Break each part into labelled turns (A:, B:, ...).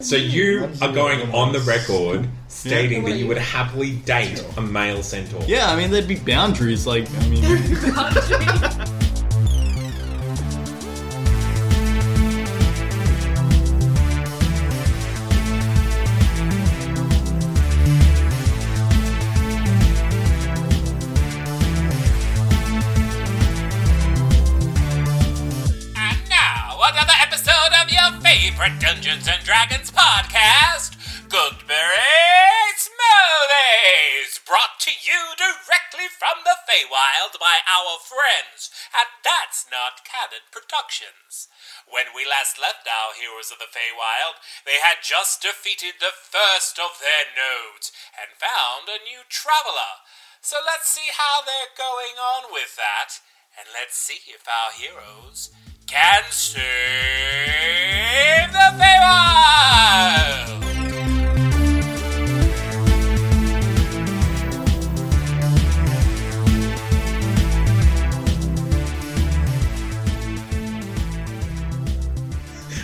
A: So you are going on the record stating that you would happily date a male centaur.
B: Yeah, I mean, there'd be boundaries. Like, I mean,
C: And now, another episode of your favorite Dungeons and Dragons podcast, Goodberry Smoothies, brought to you directly from the Feywild by our friends at That's Not Canon Productions. When we last left our heroes of the Feywild, they had just defeated the first of their nodes and found a new traveler. So let's see how they're going on with that, and let's see if our heroes can save the Feywild!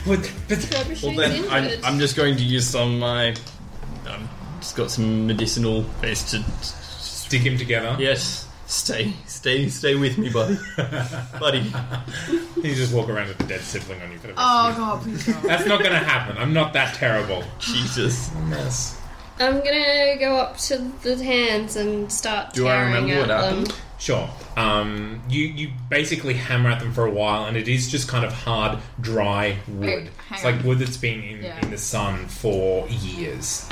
B: what- but- well, then I'm, I'm just going to use some of my. I've just got some medicinal base to.
A: Stick him together.
B: Yes, stay, stay, stay with me, buddy, buddy.
A: You just walk around with a dead sibling on you for the rest of
D: Oh god, please don't.
A: your- That's not going to happen. I'm not that terrible.
B: Jesus.
A: Yes.
E: I'm gonna go up to the hands and start
B: Do I
E: tearing
B: remember what
E: at
B: happened?
E: them.
A: Sure. Um, you you basically hammer at them for a while, and it is just kind of hard, dry wood.
D: Wait, hang
A: it's like
D: on.
A: wood that's been in,
D: Yeah.
A: in the sun for years.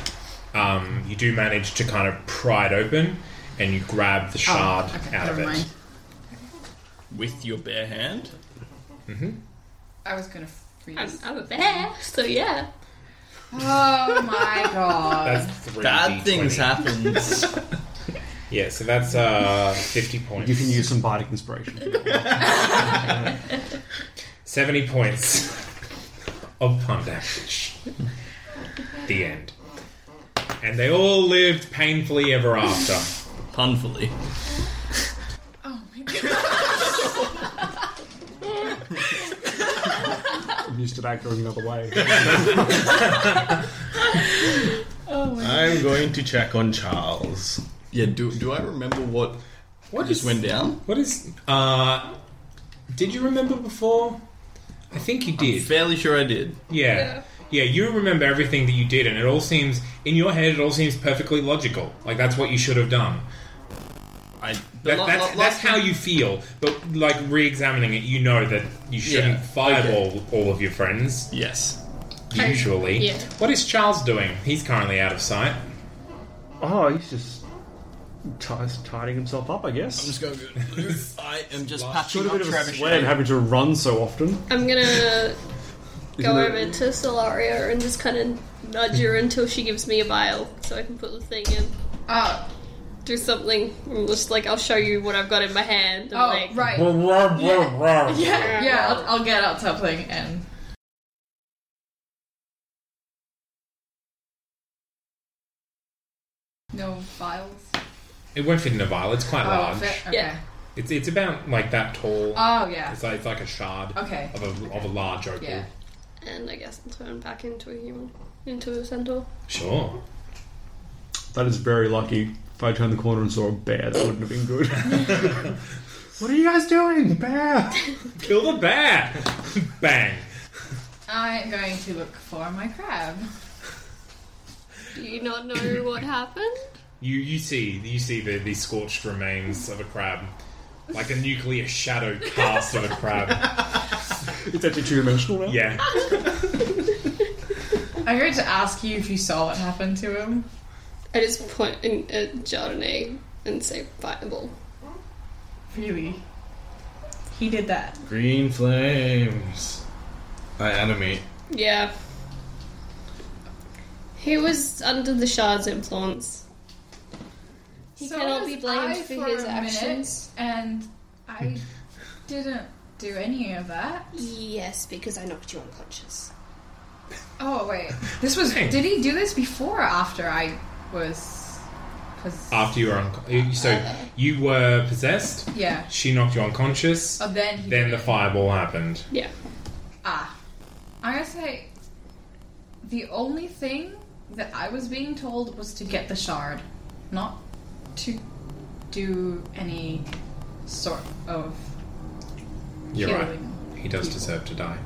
A: Um, you do manage to kind of pry it open, and you grab the shard
D: Oh, okay,
A: out of
D: never
A: it.
D: mind.
B: With your bare hand?
D: I was gonna
E: I'm,
D: freeze.
E: I'm a bear, so yeah.
D: Oh my god.
A: That's three
B: Bad
A: D20.
B: things happen.
A: Yeah, so that's uh, fifty points.
F: You can use some bardic inspiration.
A: seventy points of pun damage. the end. And they all lived painfully ever after.
B: Punfully.
D: Oh my god.
F: I'm used to that going the other way.
G: I'm going to check on Charles.
B: Yeah, do, do I remember what, what just went down?
A: What is? Uh, did you remember before? I think you did.
B: Fairly sure I did.
A: yeah. yeah, You remember everything that you did, and it all seems in your head. It all seems perfectly logical. Like that's what you should have done.
B: I,
A: That,
B: la-
A: that's,
B: la-
A: that's
B: last-
A: how you feel. But like re-examining it, you know that you shouldn't
B: Yeah,
A: fireball all of your friends.
B: Yes.
A: Usually,
E: yeah.
A: what is Charles doing? He's currently out of sight.
F: Oh, he's just t- tidying himself up, I
B: I'm
F: guess.
B: just going to. I am just
F: Got
B: patching
F: a
B: up
F: bit of a
B: Travis.
F: sweat having to run so often.
E: I'm gonna go
F: it-
E: over to Solaria and just kind of nudge her until she gives me a vial so I can put the thing in.
D: Oh,
E: Do something. I'm just like, I'll show you what I've got in my hand. And
D: oh
E: like,
D: right. Yeah, yeah. I'll, I'll get out something and. No files. Oh,
A: It won't fit in a vial. It's quite large.
D: fit- okay.
E: Yeah.
A: It's it's about like that tall.
D: Oh yeah.
A: it's like it's like a shard
D: Okay.
A: of a of a large opal.
D: Yeah.
E: And I guess I'll turn back into a human, into a centaur.
A: Sure.
F: That is very lucky. If I turned the corner and saw a bear, that wouldn't have been good. what are you guys doing? Bear!
A: Kill the bear! Bang!
D: I'm going to look for my crab.
E: Do you not know what happened?
A: You you see you see the, the scorched remains of a crab, like a nuclear shadow cast of a crab.
F: It's actually two dimensional now?
A: Yeah,
D: I'm going to ask you if you saw what happened to him.
E: I just point in at Chardonnay and say fireball.
D: Really? He did that.
G: Green flames. By enemy.
E: Yeah. He was under the shard's influence. He
H: So
E: cannot
H: was
E: be blamed
H: I
E: for
H: for
E: his
H: a
E: actions.
H: Minute, and I didn't do any of that.
E: Yes, because I knocked you unconscious.
H: Oh wait, this was.
A: Hey.
H: Did he do this before or after I was? Because
A: After you were un- so you were possessed.
H: yeah.
A: She knocked you unconscious.
H: Oh, then he.
A: Then
H: did
A: the
H: it.
A: fireball happened.
E: Yeah.
H: ah. I'm gonna say, the only thing that I was being told was to get the shard, not to do any sort of
A: You're right.
H: healing.
A: He does deserve to die.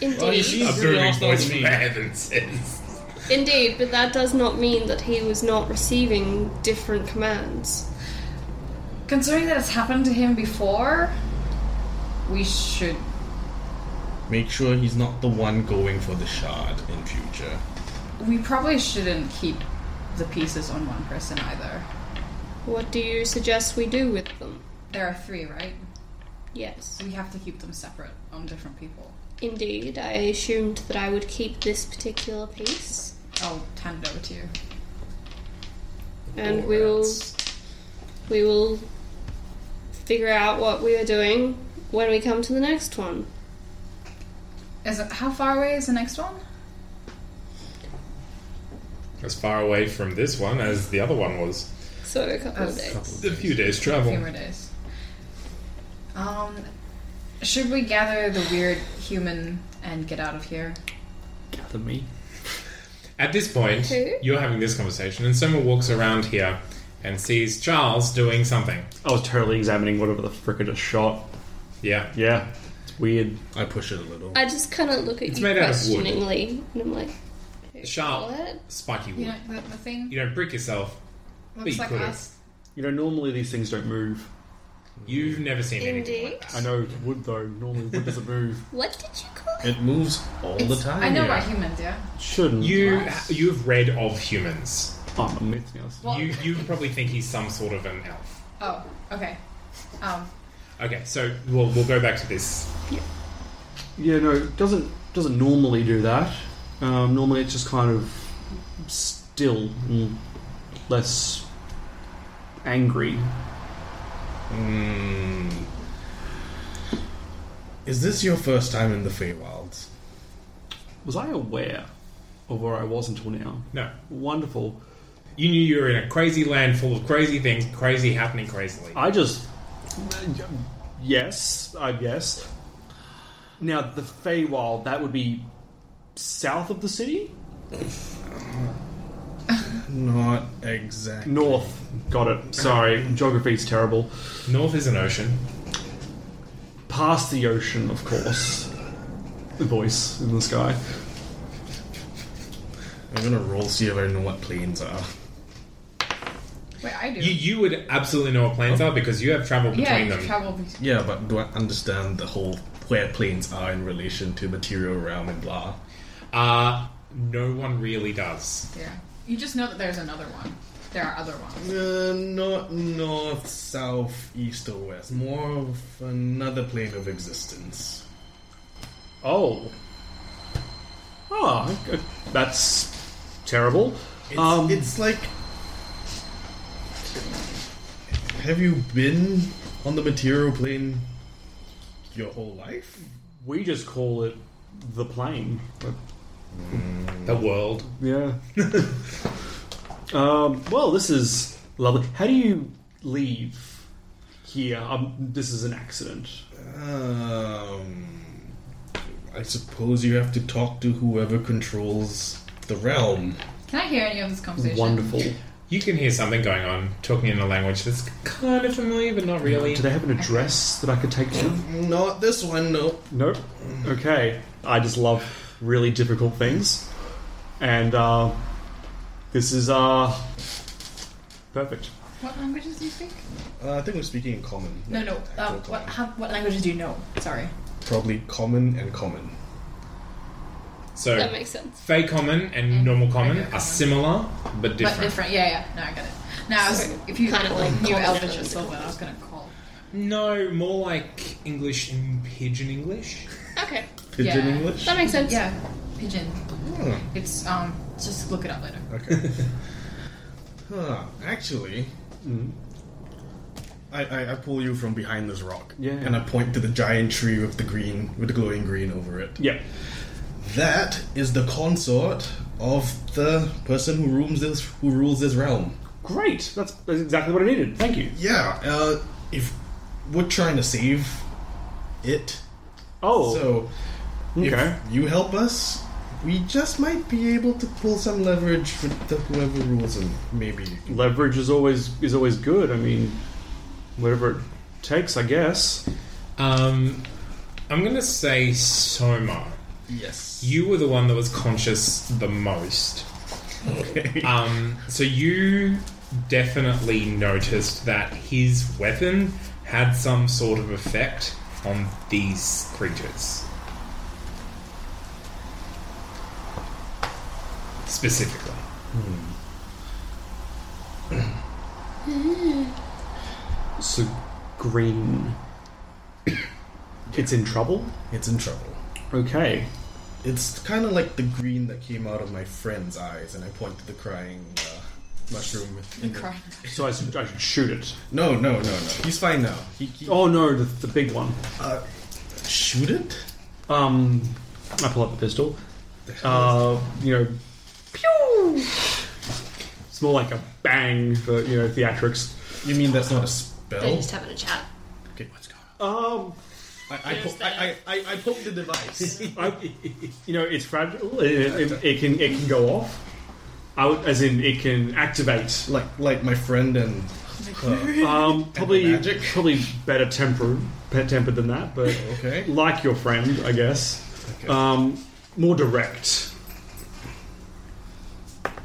E: Indeed.
A: A booming voice from heaven says.
E: Indeed, but that does not mean that he was not receiving different commands.
H: Considering that it's happened to him before, we should.
G: Make sure he's not the one going for the shard in future.
H: We probably shouldn't keep the pieces on one person either.
E: What do you suggest we do with them?
H: There are three, right?
E: Yes.
H: We have to keep them separate on different people.
E: Indeed, I assumed that I would keep this particular piece,
H: I'll hand it over to you.
E: and we will we will figure out what we are doing when we come to the next one.
H: Is it, how far away is the next one?
A: As far away from this one as the other one was.
E: So a couple of
H: That's-
E: days.
A: A few days
H: A few
A: travel.
H: more days. Um, should we gather the weird human and get out of here?
F: Gather me.
A: At this point,
E: Who?
A: you're having this conversation, and Soma walks around here and sees Charles doing something.
F: I was totally examining whatever the frick I just shot.
A: Yeah.
F: Yeah, it's weird.
G: I push it a little.
E: I just kind of look at
A: It's
E: you
A: made out of wood.
E: questioningly, and I'm like, "Who
A: Sharp.
E: call it?"
A: Spiky wood.
H: You know, the, the thing
A: You don't brick yourself.
H: looks
A: you
H: like
A: could've.
H: us.
F: You know, normally these things don't move.
A: You've never seen anything
E: Indeed.
A: like that.
F: I know wood though. Normally wood doesn't move.
E: What did you call it?
G: It moves all the time.
H: I know
G: yeah.
H: about humans, yeah.
F: Shouldn't.
A: You you've read of humans.
F: I'm a myth now. so-
H: Well-
A: You you probably think he's some sort of an elf.
H: Oh, okay. Um,
A: Okay, so we'll we'll go back to this.
F: Yeah, no, it doesn't doesn't normally do that. Um, normally, it's just kind of still and less angry.
G: Hmm. Is this your first time in the Feywilds?
F: Was I aware of where I was until now?
A: No,
F: Wonderful.
A: you knew you were in a crazy land full of crazy things, crazy happening crazily.
F: I just yes, I guess. Now the Feywild, that would be south of the city,
G: Not exactly.
F: north. Got it. Sorry, geography's terrible.
A: North is an ocean.
F: Past the ocean, of course. The voice in the sky.
G: I'm gonna roll see if I know what planes are.
H: wait, I do.
A: You you would absolutely know what planes are because you have traveled
H: Oh. yeah,
A: between
H: you
A: them.
H: travel. be-
G: Yeah, but do I understand the whole where planes are in relation to material realm and blah?
A: uh no one really does.
H: Yeah. You just know that there's another one. There are other ones.
G: Uh, not north, south, east, or west. More of another plane of existence.
F: Oh. Ah, okay. that's terrible.
G: It's,
F: Um,
G: it's like. Have you been on the material plane your whole life?
F: We just call it the plane. But,
A: The world.
F: yeah. um, well, this is lovely. How do you leave here? Um, this is an accident.
G: Um, I suppose you have to talk to whoever controls the realm.
H: Can I hear any of this conversation?
F: Wonderful.
A: You can hear something going on, talking in a language that's kind of familiar but not really.
F: Do they have an address that I could take to?
G: Not this one, nope.
F: Nope. Okay. I just love really difficult things. And uh, this is uh, perfect.
H: What languages do you speak?
G: Uh, I think we're speaking in common.
H: No, no. Um, what, how, what languages do you know? Sorry.
G: Probably common and common.
A: So
E: That makes sense.
A: Fey common and normal common
H: regular
A: are
H: common.
A: similar but different.
H: But different. Yeah, yeah. No, I get it. Now, I was,
E: So,
H: if you
E: kinda like
H: knew
E: culture
H: Elvish or
E: and
H: Silver, I was going to call.
A: No, more like English in Pigeon English.
E: Okay.
G: Pigeon
H: Yeah.
G: English? Hmm.
E: That makes sense.
H: Yeah, pigeon. It's um. Just look it up later.
G: Okay. huh. Actually,
F: Mm-hmm.
G: I, I, I pull you from behind this rock.
F: Yeah.
G: And I point to the giant tree with the green, with the glowing green over it.
F: Yep.
G: That is the consort of the person who rules this, who rules this realm.
F: Great. That's, that's exactly what I needed. Thank you.
G: Yeah. Uh, if we're trying to save it,
F: Oh.
G: so
F: okay.
G: if you help us. We just might be able to pull some leverage with the, whoever rules them, maybe.
F: Leverage is always is always good. I mean, whatever it takes, I guess.
A: Um, I'm going to say Soma.
G: Yes.
A: You were the one that was conscious the most.
G: Okay.
A: Um, so you definitely noticed that his weapon had some sort of effect on these creatures. Specifically.
F: So green. it's in trouble.
G: It's in trouble.
F: Okay.
G: It's kind of like the green that came out of my friend's eyes, and I point to the crying uh, mushroom.
H: Cry.
F: So I should, I should shoot it.
G: No, no, no, no. He's fine now. He, he
F: Oh no, the, the big one.
G: uh, shoot it.
F: Um, I pull up the pistol. Uh, you know, pew. It's more like a bang for you know theatrics.
G: You mean that's not a spell?
E: They're just having a chat.
G: Okay, what's going on?
F: Um,
G: I, I, po- I, I, I, I poke the device.
F: I, you know, it's fragile. It, it, it can it can go off. Out as in it can activate.
G: like, like my friend and uh,
F: Um, probably
G: magic?
F: probably better temper pet tempered than that, but
G: okay.
F: like your friend, I guess.
G: okay.
F: Um, more direct.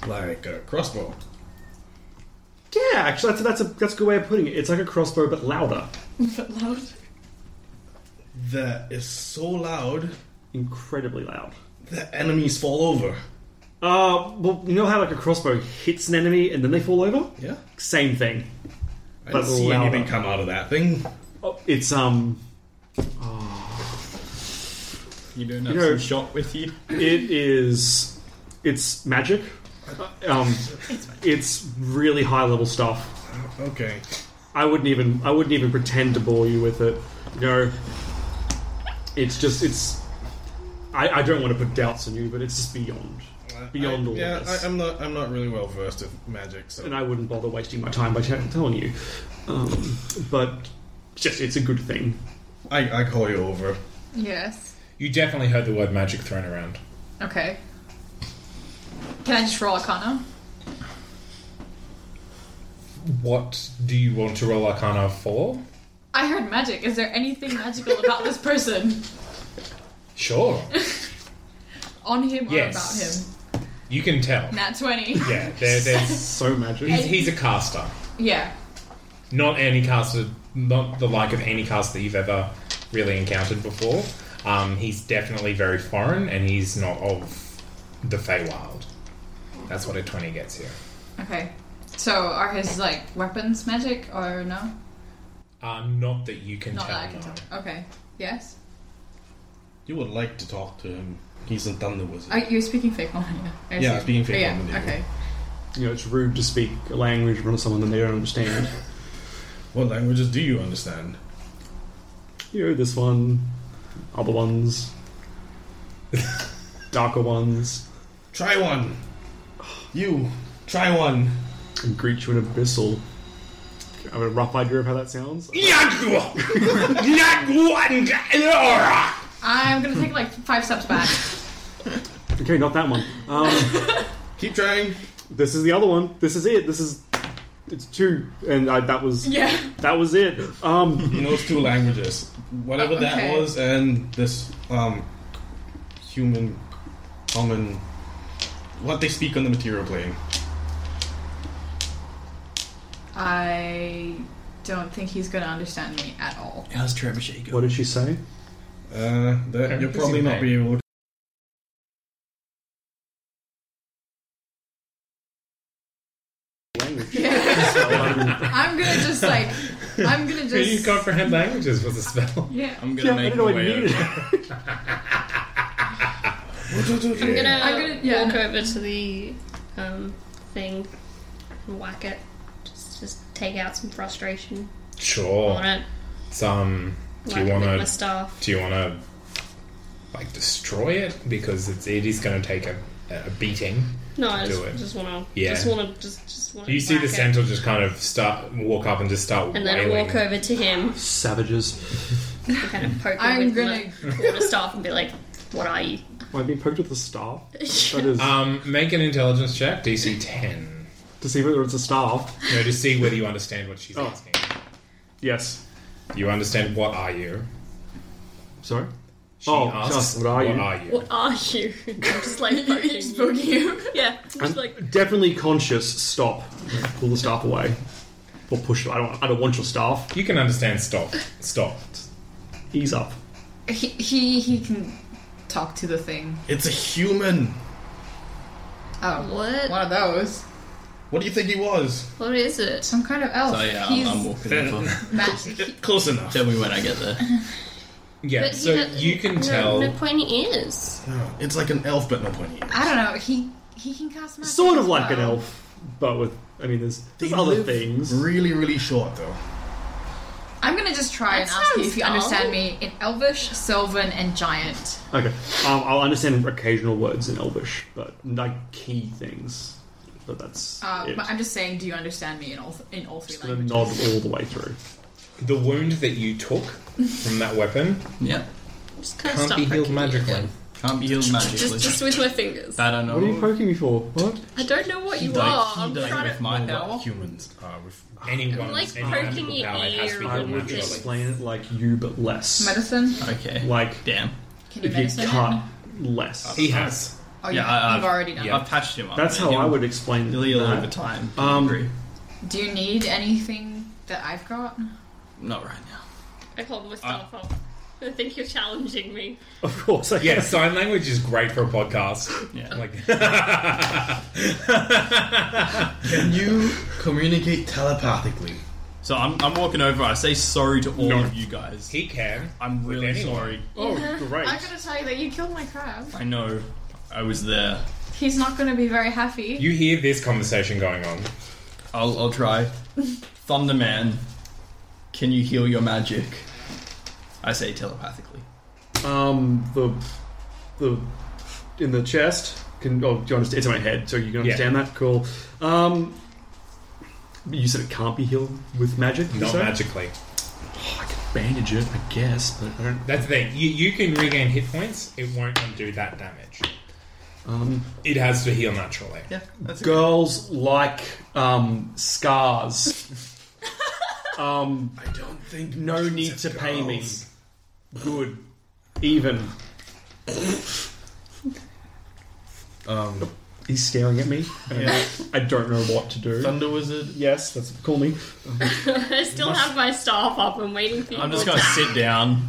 G: like a crossbow.
F: Yeah, actually, that's that's a that's a good way of putting it. It's like a crossbow, but louder.
G: That is so loud
F: Incredibly loud.
G: that enemies fall over.
F: Uh, well, you know how like a crossbow hits an enemy and then they fall over.
G: Yeah.
F: Same thing.
G: I
F: But
G: didn't see
F: louder.
G: anything come out of that thing.
F: Oh, it's um,
B: You don't have
F: You know-
B: some shot with you.
F: it is, it's magic. Um, it's really high level stuff.
G: Okay.
F: I wouldn't even I wouldn't even pretend to bore you with it. You know, it's just it's. I, I don't want to put doubts on you, but it's just beyond beyond
G: I,
F: all
G: yeah,
F: of this.
G: I, I'm not. I'm not really well versed with magic, so
F: and I wouldn't bother wasting my time by t- telling you. Um, but just it's a good thing.
G: I, I call you over.
H: Yes.
A: You definitely heard the word magic thrown around.
H: Okay. Can I just roll Arcana?
A: What do you want to roll Arcana for?
H: I heard magic. Is there anything magical about this person?
A: Sure.
H: On him
A: Yes.
H: or
A: You can tell.
H: about him? Nat 20.
A: Yeah, there, there's.
F: So
A: He's,
F: magic.
A: he's a caster.
H: Yeah.
A: Not any caster, not the like of any caster that you've ever really encountered before. Um, he's definitely very foreign, and he's not of the Feywild. That's what a twenty gets here.
H: Okay. So are his, like, weapons magic or no?
A: Um, not that you can
H: Not
A: tell.
H: that I can
A: no.
H: tell. Okay. Yes?
G: You would like to talk to him. He's a thunder wizard.
H: Are you Uh, speaking fake Romanian? I
G: Yeah,
H: assume.
G: being fake
H: Yeah,
G: Romanian.
H: Okay.
F: You know, it's rude to speak a language in front of someone that they don't understand.
G: What languages do you understand?
F: you know, this one, other ones, darker ones,
G: Try one. You try one.
F: and greet you in abyssal. I have a rough idea of how that sounds.
H: I'm gonna take, like, five steps back.
F: Okay, not that one. Um,
G: Keep trying.
F: this is the other one. This is it. This is it's two, and I, that was
H: yeah.
F: that was it. Um,
G: He knows two languages. Whatever that
H: Okay.
G: was, and this um human common what they speak on the material plane.
H: I don't think he's gonna understand me at all.
B: How's Trebuchet
F: what did she say?
G: Uh, that you'll
A: Everything's
G: probably
A: in
G: not be able. to...
F: Language.
H: Yeah. I'm gonna just like I'm gonna
A: Can you
H: just.
A: comprehend languages with a spell?
H: Yeah.
B: I'm
F: Yeah,
B: gonna
F: I
B: make my
F: didn't know I
B: way
F: needed
B: over.
F: it.
E: I'm gonna,
H: I'm gonna- yeah.
E: walk over to the um, thing and whack it. Just, just take out some frustration on
A: Sure.
E: it.
A: Some. Do
E: Whack
A: you
E: it
A: want
E: with my
A: to?
E: staff.
A: Do you want to? Like destroy it because it's it is going to take a, a beating.
E: No, I just,
A: do it.
E: just wanna,
A: Yeah.
E: just wanna, just, just wanna.
A: You see the
E: whack it.
A: centaur just kind of start walk up and just start
E: and then
A: wailing.
E: walk over to him,
F: Savages.
E: kind of poke him
H: I'm
E: with
H: gonna.
E: my quarter staff, and be like, "What are you?"
F: Am I being poked with a staff? That is
A: Um, make an intelligence check, DC ten.
F: to see whether it's a staff.
A: No, to see whether you understand what she's
F: Oh.
A: asking.
F: Yes.
A: You understand what are you?
F: Sorry.
A: She
F: Oh,
A: asks,
F: just, what are you?
E: What are you? I'm just like poking
H: Just
E: you.
H: poke you.
E: Yeah, I'm just like
F: Definitely conscious. Stop. Pull the staff away. Or push. I don't. I don't want your staff.
A: You can understand stop, stop.
F: Ease up.
H: He, he he can talk to the thing.
G: It's a human.
H: Oh,
E: What?
H: One of those.
G: What do you think he was?
E: What is it?
H: Some kind of elf.
B: So yeah, I'm,
H: He's
B: uh, I'm walking over.
H: magic.
G: Close enough.
B: Tell me when I get there.
A: Yeah,
E: But he
A: so
E: doesn't-
A: you can
E: no,
A: tell.
E: No pointy ears.
G: No, it's like an elf, but not pointy.
H: I don't know. He he can cast magic.
F: Sort of
H: as
F: like an
H: well.
F: elf, but with. I mean, there's, there's
G: They
F: other
G: live
F: things.
G: Really, really short though.
H: I'm gonna just try
E: That
H: and ask you if you
E: sounds
H: understand
E: dull.
H: me in Elvish, Sylvan, and Giant.
F: Okay. Um, I'll understand occasional words in Elvish, but like key things. But that's
H: Uh,
F: it.
H: but I'm just saying, do you understand me in all in all three
F: Just gonna
H: languages?
F: nod all the way through.
A: The wound that you took from that weapon
B: Yep.
E: Just kind of
A: can't
E: stuff
A: be healed
E: poking you.
A: magically.
B: Yeah. Can't be healed magically.
E: Just, just with my fingers.
B: that I know.
F: What are you poking me for? What?
E: I don't know what you
B: Like,
E: are.
B: he
E: Oh, I'm
B: died
E: trying
B: with
E: to.
B: my
G: Or what
B: power.
G: humans are with.
A: uh, Anyone,
E: Like
A: any
E: poking
A: magical
E: your
A: power, it has to be
E: ear
F: I
A: healed
E: with
F: would
E: it.
A: naturally.
F: explain it like you, but less.
H: Medicine?
B: Okay.
F: Like
B: Damn.
H: Can you
F: if you
H: medicine?
F: cut
H: it?
F: less.
A: He has.
H: Oh,
B: Yeah,
H: you,
B: I-
H: have
B: I've-
H: already done.
A: yeah.
B: I've patched him up.
F: That's
B: man.
F: how I
B: He'll
F: would explain
B: Really
F: that.
B: over time.
F: Um,
B: Agree.
H: it. Do you need anything that I've got?
B: Not right now.
E: I hold my staff up. I think you're challenging me.
F: Of course. I
A: Yeah, sign language is great for a podcast.
B: Yeah.
A: Like,
G: Can you communicate telepathically?
B: So I'm, I'm walking over. I say sorry to all of you guys.
A: he can.
B: I'm
A: with
B: really
A: anyone.
B: sorry.
F: Oh, great.
H: I'm gonna tell you that you killed my crab.
B: I know. I was there.
H: He's not gonna be very happy.
A: You hear this conversation going on.
B: I'll, I'll try. Thunderman, can you heal your magic? I say telepathically.
F: Um, the the in the chest. Can oh, do you understand? It's in my head, so you can
A: Yeah.
F: understand that. Cool. Um, you said it can't be healed with magic. you
A: Not
F: said?
A: magically.
F: I can bandage it, I guess, but I don't.
A: That's the thing. You, you can regain hit points. It won't undo that damage.
F: Um,
A: It has to heal naturally.
B: Yeah, that's good.
F: girls like um, scars. um,
G: I don't think.
F: no need to pay me. Good. Even.
G: Um,
F: He's staring at me. and I don't know what to do.
G: Thunder Wizard.
F: Yes, that's call me.
E: I still have my staff up. I'm waiting for you.
B: I'm just gonna sit down.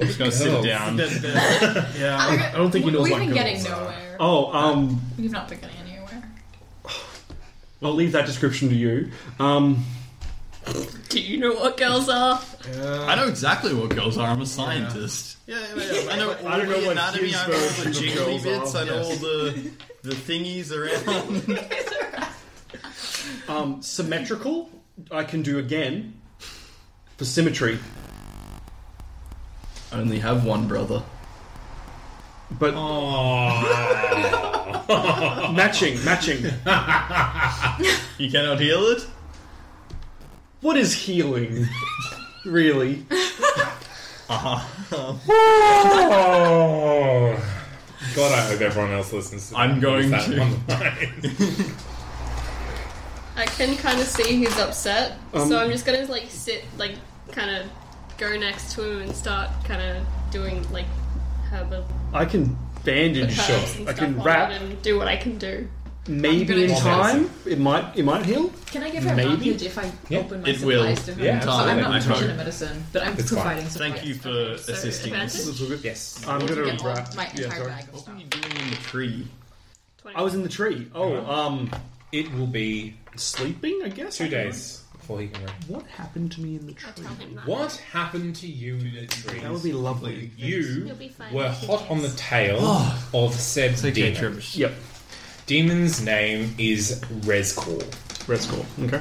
B: I'm just gonna sit
A: girl.
B: down.
H: I
G: don't think he knows
H: We've
G: what
H: been getting
G: girls are.
H: nowhere.
F: Oh, um,
H: We've not been getting anywhere.
F: I'll leave that description to you. Um,
E: Do you know what girls are?
B: I know exactly what girls are. I'm a scientist.
G: Yeah, yeah, yeah.
B: I know all
F: don't know
B: the
F: what
B: anatomy.
F: his
B: I know all the
F: version of
B: jiggly
F: girls
B: bits. I
F: are.
B: know all the the thingies around.
F: um, symmetrical, I can do again. For symmetry.
B: I only have one brother.
F: But
A: Oh. Aww.
F: matching, matching.
B: You cannot heal it.
F: What is healing? really?
A: oh. God, I hope everyone else listens. To
B: I'm
A: that.
B: going
A: That
B: to.
A: one line.
E: I can kind of see who's upset,
F: Um,
E: so I'm just gonna like sit, like kind of go next to him and start kind of doing like herbal
F: I can bandage.
E: herbs and
F: I
E: stuff
F: can
E: on
F: wrap.
E: it and do what I can do.
F: Maybe in
H: I'm
A: gonna-
F: time, it might it might heal.
H: Can I give her
F: Maybe.
H: advantage if I
A: Yeah,
H: open my
B: it will.
H: supplies to her?
A: Yeah,
H: so I'm not
B: absolutely. I
H: proficient
B: know.
H: in medicine, but I'm
A: It's fine.
H: providing supplies.
B: Thank you for assisting us.
E: advantage?
A: yes.
F: I'm
H: To
F: gonna
H: get all
F: wrap.
H: my
F: yeah,
H: entire
F: sorry.
H: bag of
B: What
H: stuff.
B: were you doing in the tree?
F: I was in the tree. Oh, um,
A: It will be
F: sleeping, I guess.
A: two days before he can. Re-
F: What happened to me in the tree?
E: Tell him that.
A: what happened to you in the trees?
F: That would be lovely.
A: You
E: You'll be fine
A: were
E: in two
A: hot
E: days.
A: on the tail
B: Oh.
A: of said
B: Take care,
A: demon.
B: Tribbers.
F: Yep.
A: Demon's name is Rezkor.
F: Red score. Okay.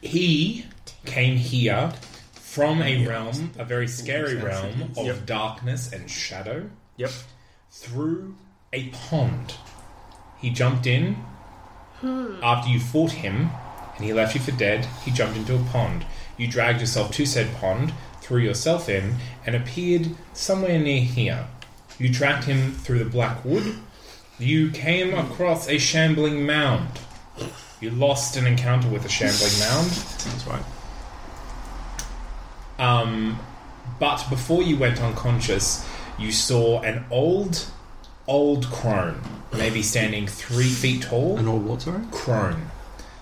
A: He came here from a realm, a very scary realm of
F: Yep.
A: darkness and shadow,
F: Yep.
A: through a pond. He jumped in after you fought him, and he left you for dead. He jumped into a pond. You dragged yourself to said pond, threw yourself in, and appeared somewhere near here. You tracked him through the black wood. You came across a shambling mound. You lost an encounter with a shambling mound.
F: That's right.
A: Um, but before you went unconscious, you saw an old, old crone, maybe standing three feet tall.
F: An old Oh, what, sorry?
A: crone,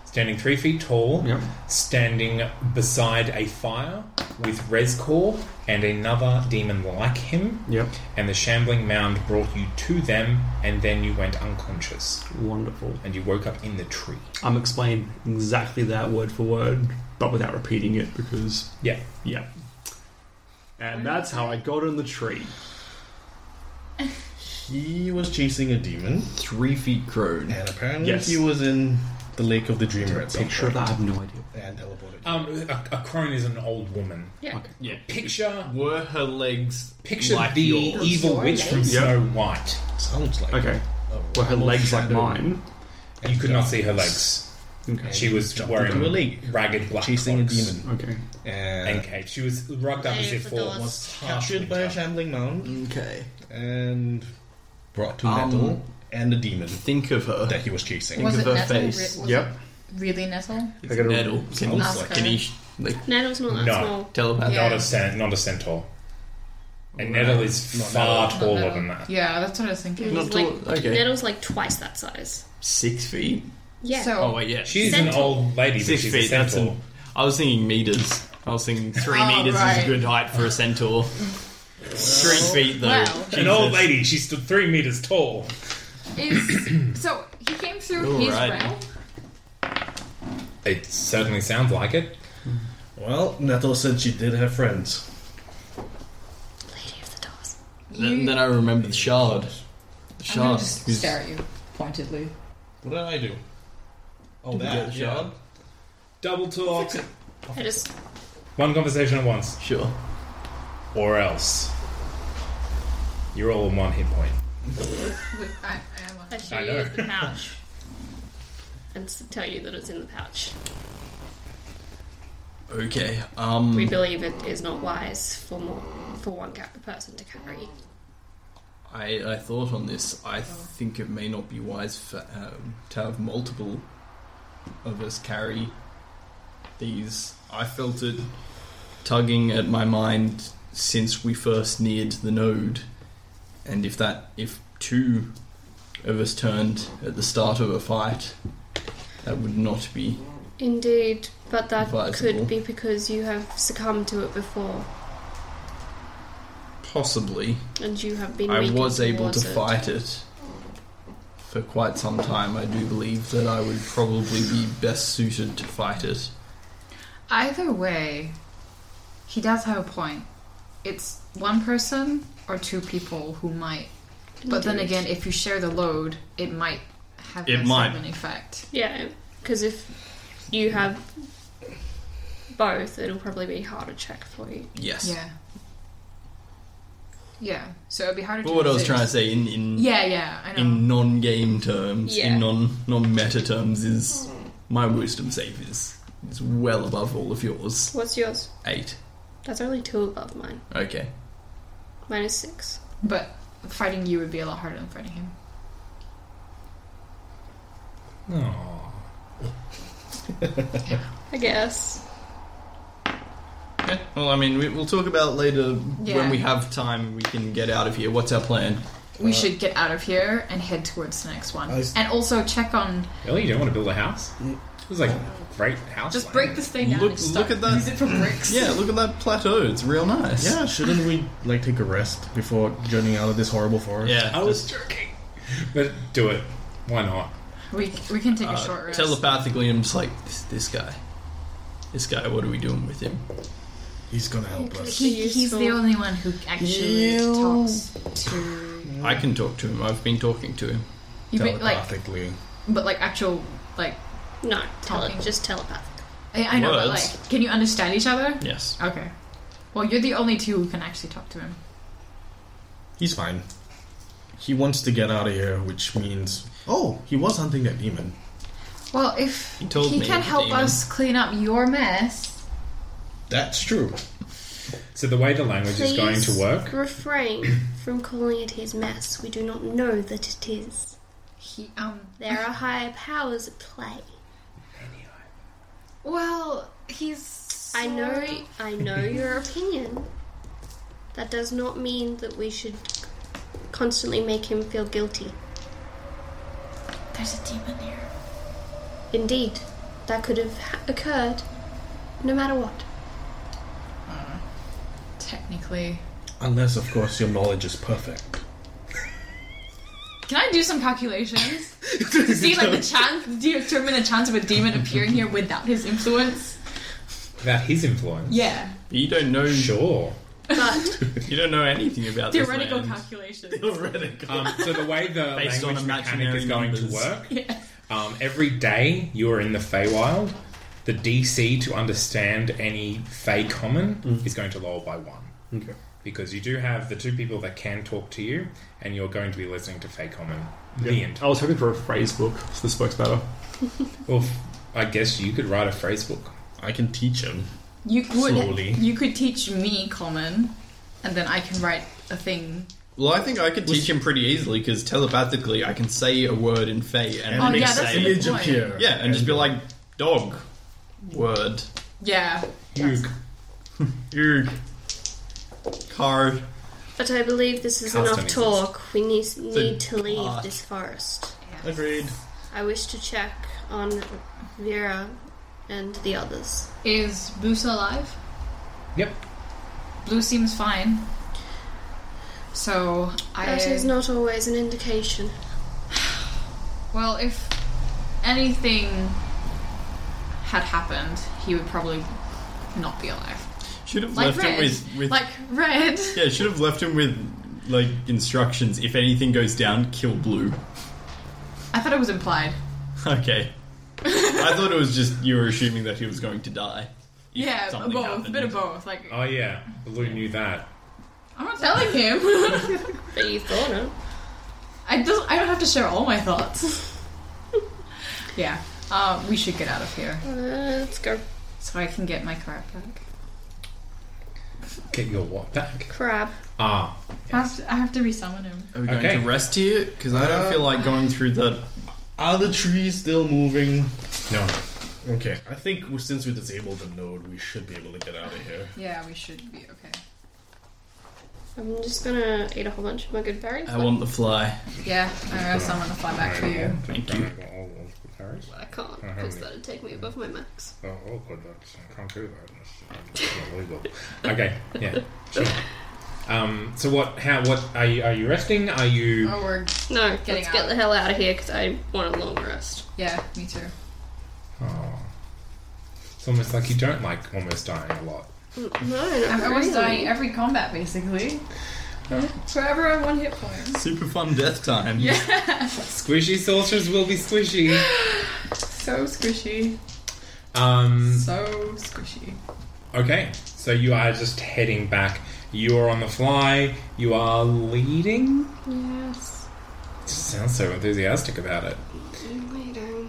A: standing three feet tall,
F: Yep.
A: standing beside a fire with Rezkor and another demon like him.
F: Yep.
A: And the shambling mound brought you to them, and then you went unconscious,
F: Wonderful.
A: and you woke up in the tree.
F: I'm explaining exactly that word for word, but without repeating it because,
A: Yeah.
F: yeah. And that's how I got in the tree.
G: He was chasing a demon,
B: Three feet crowed.
G: and apparently
F: Yes.
G: he was in the Lake of the Dreamer at some
F: Picture of
G: point.
F: that, I have no idea.
G: And teleported.
A: Um, a, a crone is an old woman.
E: Yeah.
B: Yeah.
A: Picture,
B: Were her legs
A: picture
B: like
A: the
B: yours?
A: evil
D: Your
A: witch from
D: legs?
F: Yep.
A: Snow White.
G: Sounds like
F: Okay. Well, her legs like mine.
A: You could not see her legs.
F: Okay.
A: She was
G: Jumped
A: wearing
G: into a lake.
A: ragged black
G: chasing a
A: cloaks
G: demon.
F: Okay.
A: and
G: And
A: cape. She was rugged up as
E: There's
A: if
E: the
A: for
E: doors.
A: was
G: captured by a
A: shadow.
G: shambling mound
B: Okay.
G: and brought to
B: Um,
G: Nettle and a demon
B: Think of her.
G: that he was chasing.
B: Think
H: Was
B: of
H: it
B: her
H: Nettle?
B: face.
H: Re- was
F: Yep.
H: it really Nettle?
B: It's Nettle. Can you,
G: Sounds like
B: can
H: it.
B: you sh- like
E: Nettle's not that
A: No.
E: small.
B: telepath?
H: Yeah.
A: Not a cent, not a centaur. And Nettle is far
H: Not
A: taller
H: Nettle.
A: than that.
H: Yeah, that's what I was thinking.
B: Not
E: He's
B: tall-
E: like,
B: okay.
E: Nettle's like twice that size.
B: Six feet.
E: Yeah.
H: So,
B: Oh wait, yeah.
A: She's an
E: Centaur.
A: old lady, but
B: six
A: she's
B: feet.
A: a
B: That's
A: centaur.
B: an. I was thinking meters. I was thinking three
H: Oh,
B: meters is
H: right.
B: a good height for a centaur. Three feet though.
H: Wow.
A: An,
B: Jesus.
A: old lady. She stood three meters tall.
H: is, so he came through his
B: Alright.
H: realm.
A: It certainly sounds like it.
G: Well, Nettle said she did have friends.
E: Lady of the Doors.
H: You-
B: Then, then I remember the shard. The
H: I'm gonna
B: shard.
H: just
B: is-
H: stare at you pointedly.
G: What did I do? Oh,
B: Did you get
G: that
B: the
G: yeah.
B: shard?
A: Double talk.
E: I just
A: One conversation at once,
B: Sure.
A: or else. You're all on one hit point.
H: With- I, I am
E: I
H: a-
E: show
A: I know.
E: you the pouch and s- tell you that it's in the pouch.
B: Okay. Um.
E: We believe it is not wise for more for one ca- person to carry.
B: I, I thought on this. I think it may not be wise for, um, to have multiple of us carry these. I felt it tugging at my mind since we first neared the node, and if that if two of us turned at the start of a fight, that would not be.
E: Indeed, but that
B: Advisable.
E: could be because you have succumbed to it before,
B: Possibly,
E: and you have been.
B: I
E: weakened
B: was able to
E: towards it.
B: fight it for quite some time. I do believe that I would probably be best suited to fight it.
H: Either way, he does have a point. It's one person or two people who might. But then
E: Indeed.
H: again, if you share the load, it might have
B: It
H: less
B: might.
H: of an effect.
E: Yeah, because if you have both, it'll probably be harder to check for you.
B: Yes.
H: Yeah. Yeah. So it'd be harder.
B: But
H: to
B: what I was
H: resist.
B: trying to say in in,
H: Yeah, yeah. I know.
B: in non game terms,
E: Yeah.
B: in non non meta terms, is my wisdom save is is well above all of yours.
E: What's yours?
B: Eight.
E: That's only two above mine.
B: Okay.
E: Mine is six.
H: but fighting you would be a lot harder than fighting him.
A: Aww.
E: I guess.
B: Yeah. Well, I mean, we, we'll talk about it later
H: Yeah.
B: when we have time. We can get out of here. What's our plan?
H: We should get out of here and head towards the next one,
G: I was-
H: and also check on.
A: Really, you don't want to build a house? It was like a great house.
H: Just
A: plan.
H: break this thing down.
B: Look-
H: and just
B: look
H: start-
B: at that-
H: Use it for bricks.
B: Yeah. Look at that plateau. It's real nice.
G: Yeah, shouldn't we like take a rest before journeying out of this horrible forest?
B: Yeah.
A: I was joking. But do it. Why not?
H: We we can take a
B: Uh,
H: short rest.
B: telepathically, I'm just like this, this guy. This guy, what are we doing with him?
G: He's gonna help us.
H: He, he's the only one who actually talks to.
B: I can talk to him. I've been talking to him.
H: You've been, like,
G: telepathically.
H: but like actual, like
E: No, tele-
H: Talking.
E: just telepathic.
H: I, I know, but
B: Words.
H: like, can you understand each other?
B: Yes.
H: Okay. Well, you're the only two who can actually talk to him.
G: He's fine. He wants to get out of here, which means oh, he was hunting that demon.
H: Well, if
B: He told
H: he
B: me
H: can
B: the
H: help
B: demon.
H: us clean up your mess,
G: That's true.
A: So the way the language is going to
E: Please
A: work,
E: Refrain from calling it his mess. We do not know that it is.
H: he um.
E: There are higher powers at play.
H: Well, he's.
E: I know, I know your opinion. That does not mean that we should constantly make him feel guilty.
H: There's a demon here.
E: Indeed, that could have ha- occurred, no matter what.
H: Technically,
G: Unless, of course, your knowledge is perfect.
H: can I do some calculations to see like the chance, determine the chance of a demon appearing here without his influence?
A: without his influence,
H: Yeah,
B: But you don't know.
A: sure.
E: But
B: You don't know anything about this
H: theoretical
B: land.
H: calculations.
A: Um, so the way the
B: Based on
A: language mechanic
B: imaginary
A: is going
B: numbers.
A: to work, um, every day you are in the Feywild, the DC to understand any Fey common is going to lower by one.
F: Okay.
A: Because you do have the two people that can talk to you, and you're going to be listening to Fey common. The end.
F: I was hoping for a phrase book. So this works better.
A: Well, I guess you could write a phrase book.
G: I can teach him.
H: You could
G: Slowly.
H: you could teach me common, and then I can write a thing.
B: Well, I think I could teach him pretty easily because telepathically I can say a word in Fey and
G: Oh,
B: make
H: yeah, that's
B: say
H: a
B: it.
H: good point.
B: yeah, and just be like dog word
H: Yeah,
B: Yug. Yug. Car.
E: but I believe this is
A: Cast
E: enough
A: uneases.
E: talk. We need, need to leave
B: God.
E: this forest.
B: Agreed.
E: I wish to check on Vera and the others.
H: is Blusa alive?
A: Yep.
H: Blue seems fine. So I
E: That is not always an indication.
H: well, if anything had happened, he would probably not be alive.
B: Should have
H: Like
B: left
H: red,
B: him with, with
H: like red.
B: yeah. Should have left him with like instructions. If anything goes down, kill blue.
H: I thought it was implied.
B: Okay. I thought it was just you were assuming that he was going to die. if
H: Yeah,
B: something
H: both, a
B: happened.
H: bit of both. Like
A: Oh yeah, Blue knew that.
H: I'm not telling him.
E: But you thought it.
H: I don't. I don't have to share all my thoughts. yeah, uh, we should get out of here
E: Uh, Let's go.
H: so I can get my crap back.
A: Get your what back?
E: Crab.
A: Ah,
H: I, have to, I have to resummon him.
B: Are we going
A: Okay.
B: to rest here? Because I don't
G: Uh,
B: feel like going through the.
G: Are the trees still moving?
A: no.
G: Okay, I think we- since we disabled the node, we should be able to get out of here.
H: Yeah, we should be okay.
E: I'm just gonna eat a whole bunch of my good berries.
B: I want the fly.
H: Yeah, I know someone to fly back for you.
B: Thank you.
E: But I can't because that'd take me above my max.
A: Oh, awkward. That's, I can't do that. That's not legal. Okay. Yeah. Sure. Um. So what? How? What are you? Are you resting? Are you?
H: Oh, we're
E: No,
H: Getting
E: let's get
H: out.
E: the hell out of here because I want a long rest.
H: yeah, me too.
A: Oh. It's almost like you don't like almost dying a lot.
E: No,
H: I'm
E: not
H: almost
E: really.
H: dying every combat basically. Forever on one hit point.
B: Super fun death time. Yeah.
A: Squishy saucers will be squishy.
H: So squishy.
A: Um.
H: So squishy.
A: Okay. So you are just heading back. You are on the fly. You are leading.
E: Yes,
A: Just sounds so enthusiastic about it.
E: I'm waiting.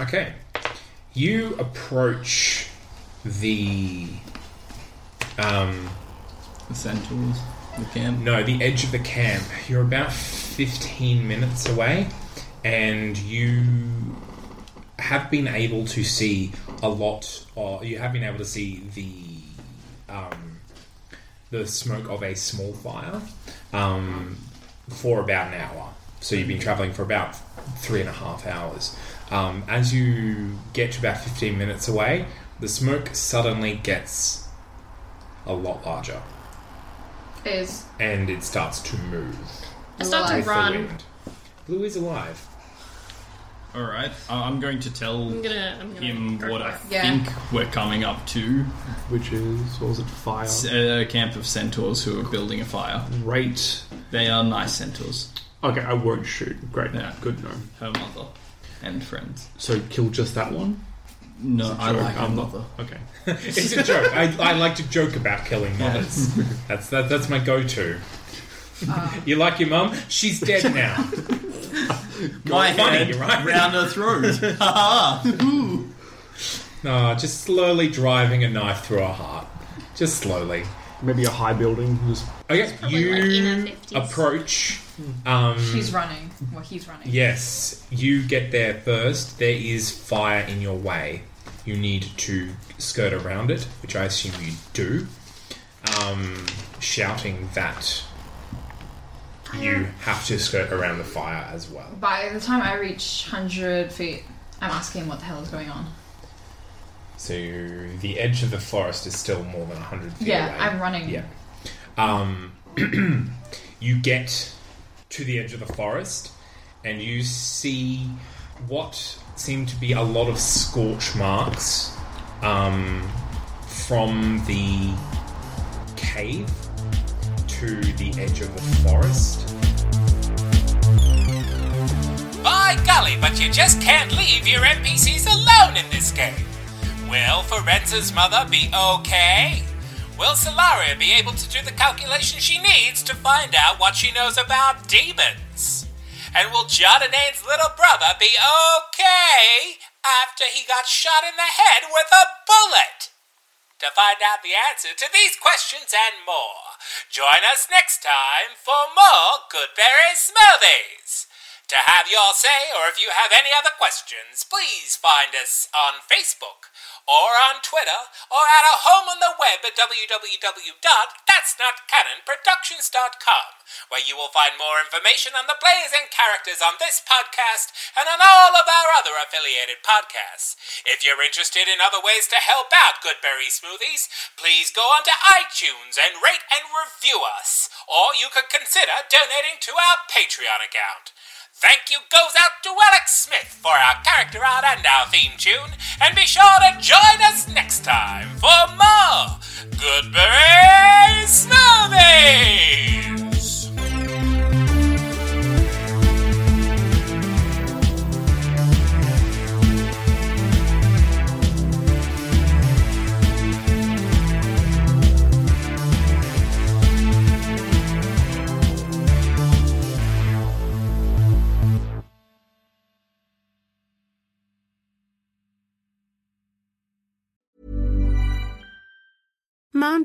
A: Okay. You approach the um
B: The centaurs. The camp.
A: no, the edge of the camp. You're about 15 minutes away and you have been able to see a lot of you have been able to see the um the smoke of a small fire um, for about an hour. So you've been traveling for about three and a half hours. Um, as you get to about 15 minutes away, the smoke suddenly gets a lot larger
H: Is
A: and it starts to move.
E: I start
H: Alive.
E: to
A: with the
E: run.
A: wind. Blue is alive.
B: All right, I- I'm going to tell
E: I'm gonna- I'm gonna
B: him
E: go
B: what
E: for
B: I
E: it. Yeah.
B: think we're coming up to.
F: Which is, what was it, fire?
B: It's a camp of centaurs who are building a fire.
F: Right.
B: They are nice centaurs.
F: Okay, I won't shoot. Great.
B: Yeah.
F: Good, no.
B: Her mother and friends.
F: So kill just that one?
B: No, I
F: Joke,
B: like her
F: I'm not-
B: mother.
F: Okay.
A: It's a joke. I, I like to joke about killing mothers. That's that, that's my go-to.
E: Ah.
A: you like your mum? She's dead now.
B: My
A: funny,
B: hand
A: right?
B: round her throat.
A: No, just slowly driving a knife through her heart. Just slowly.
F: Maybe a high building. Just
A: Okay,
E: probably like in
A: you
E: her 50s.
A: approach. Um,
H: She's running. Well, he's running.
A: yes, you get there first. There is fire in your way. You need to skirt around it, which I assume you do. Um, shouting that you have to skirt around the fire as well.
H: By the time I reach 100 feet, I'm asking what the hell is going on.
A: So the edge of the forest is still more than 100 feet
H: Yeah,
A: away.
H: I'm running.
A: Yeah. Um, you get to the edge of the forest and you see what seem to be a lot of scorch marks um, from the cave to the edge of the forest.
C: By golly, but you just can't leave your NPCs alone in this game. Will Ferenza's mother be okay? Will Solaria be able to do the calculation she needs to find out what she knows about demons? And will Jardinane's little brother be okay after he got shot in the head with a bullet? To find out the answer to these questions and more, join us next time for more Goodberry Smoothies. To have your say, or if you have any other questions, please find us on Facebook or on Twitter or at our home on the web at www.that'snotcanonproductions.com, where you will find more information on the players and characters on this podcast and on all of our other affiliated podcasts. If you're interested in other ways to help out Goodberry Smoothies, please go onto iTunes and rate and review us, or you could consider donating to our Patreon account. Thank you goes out to Alex Smith for our character art and our theme tune, and be sure to join us next time for more Goodberry Smoothies!
I: Mom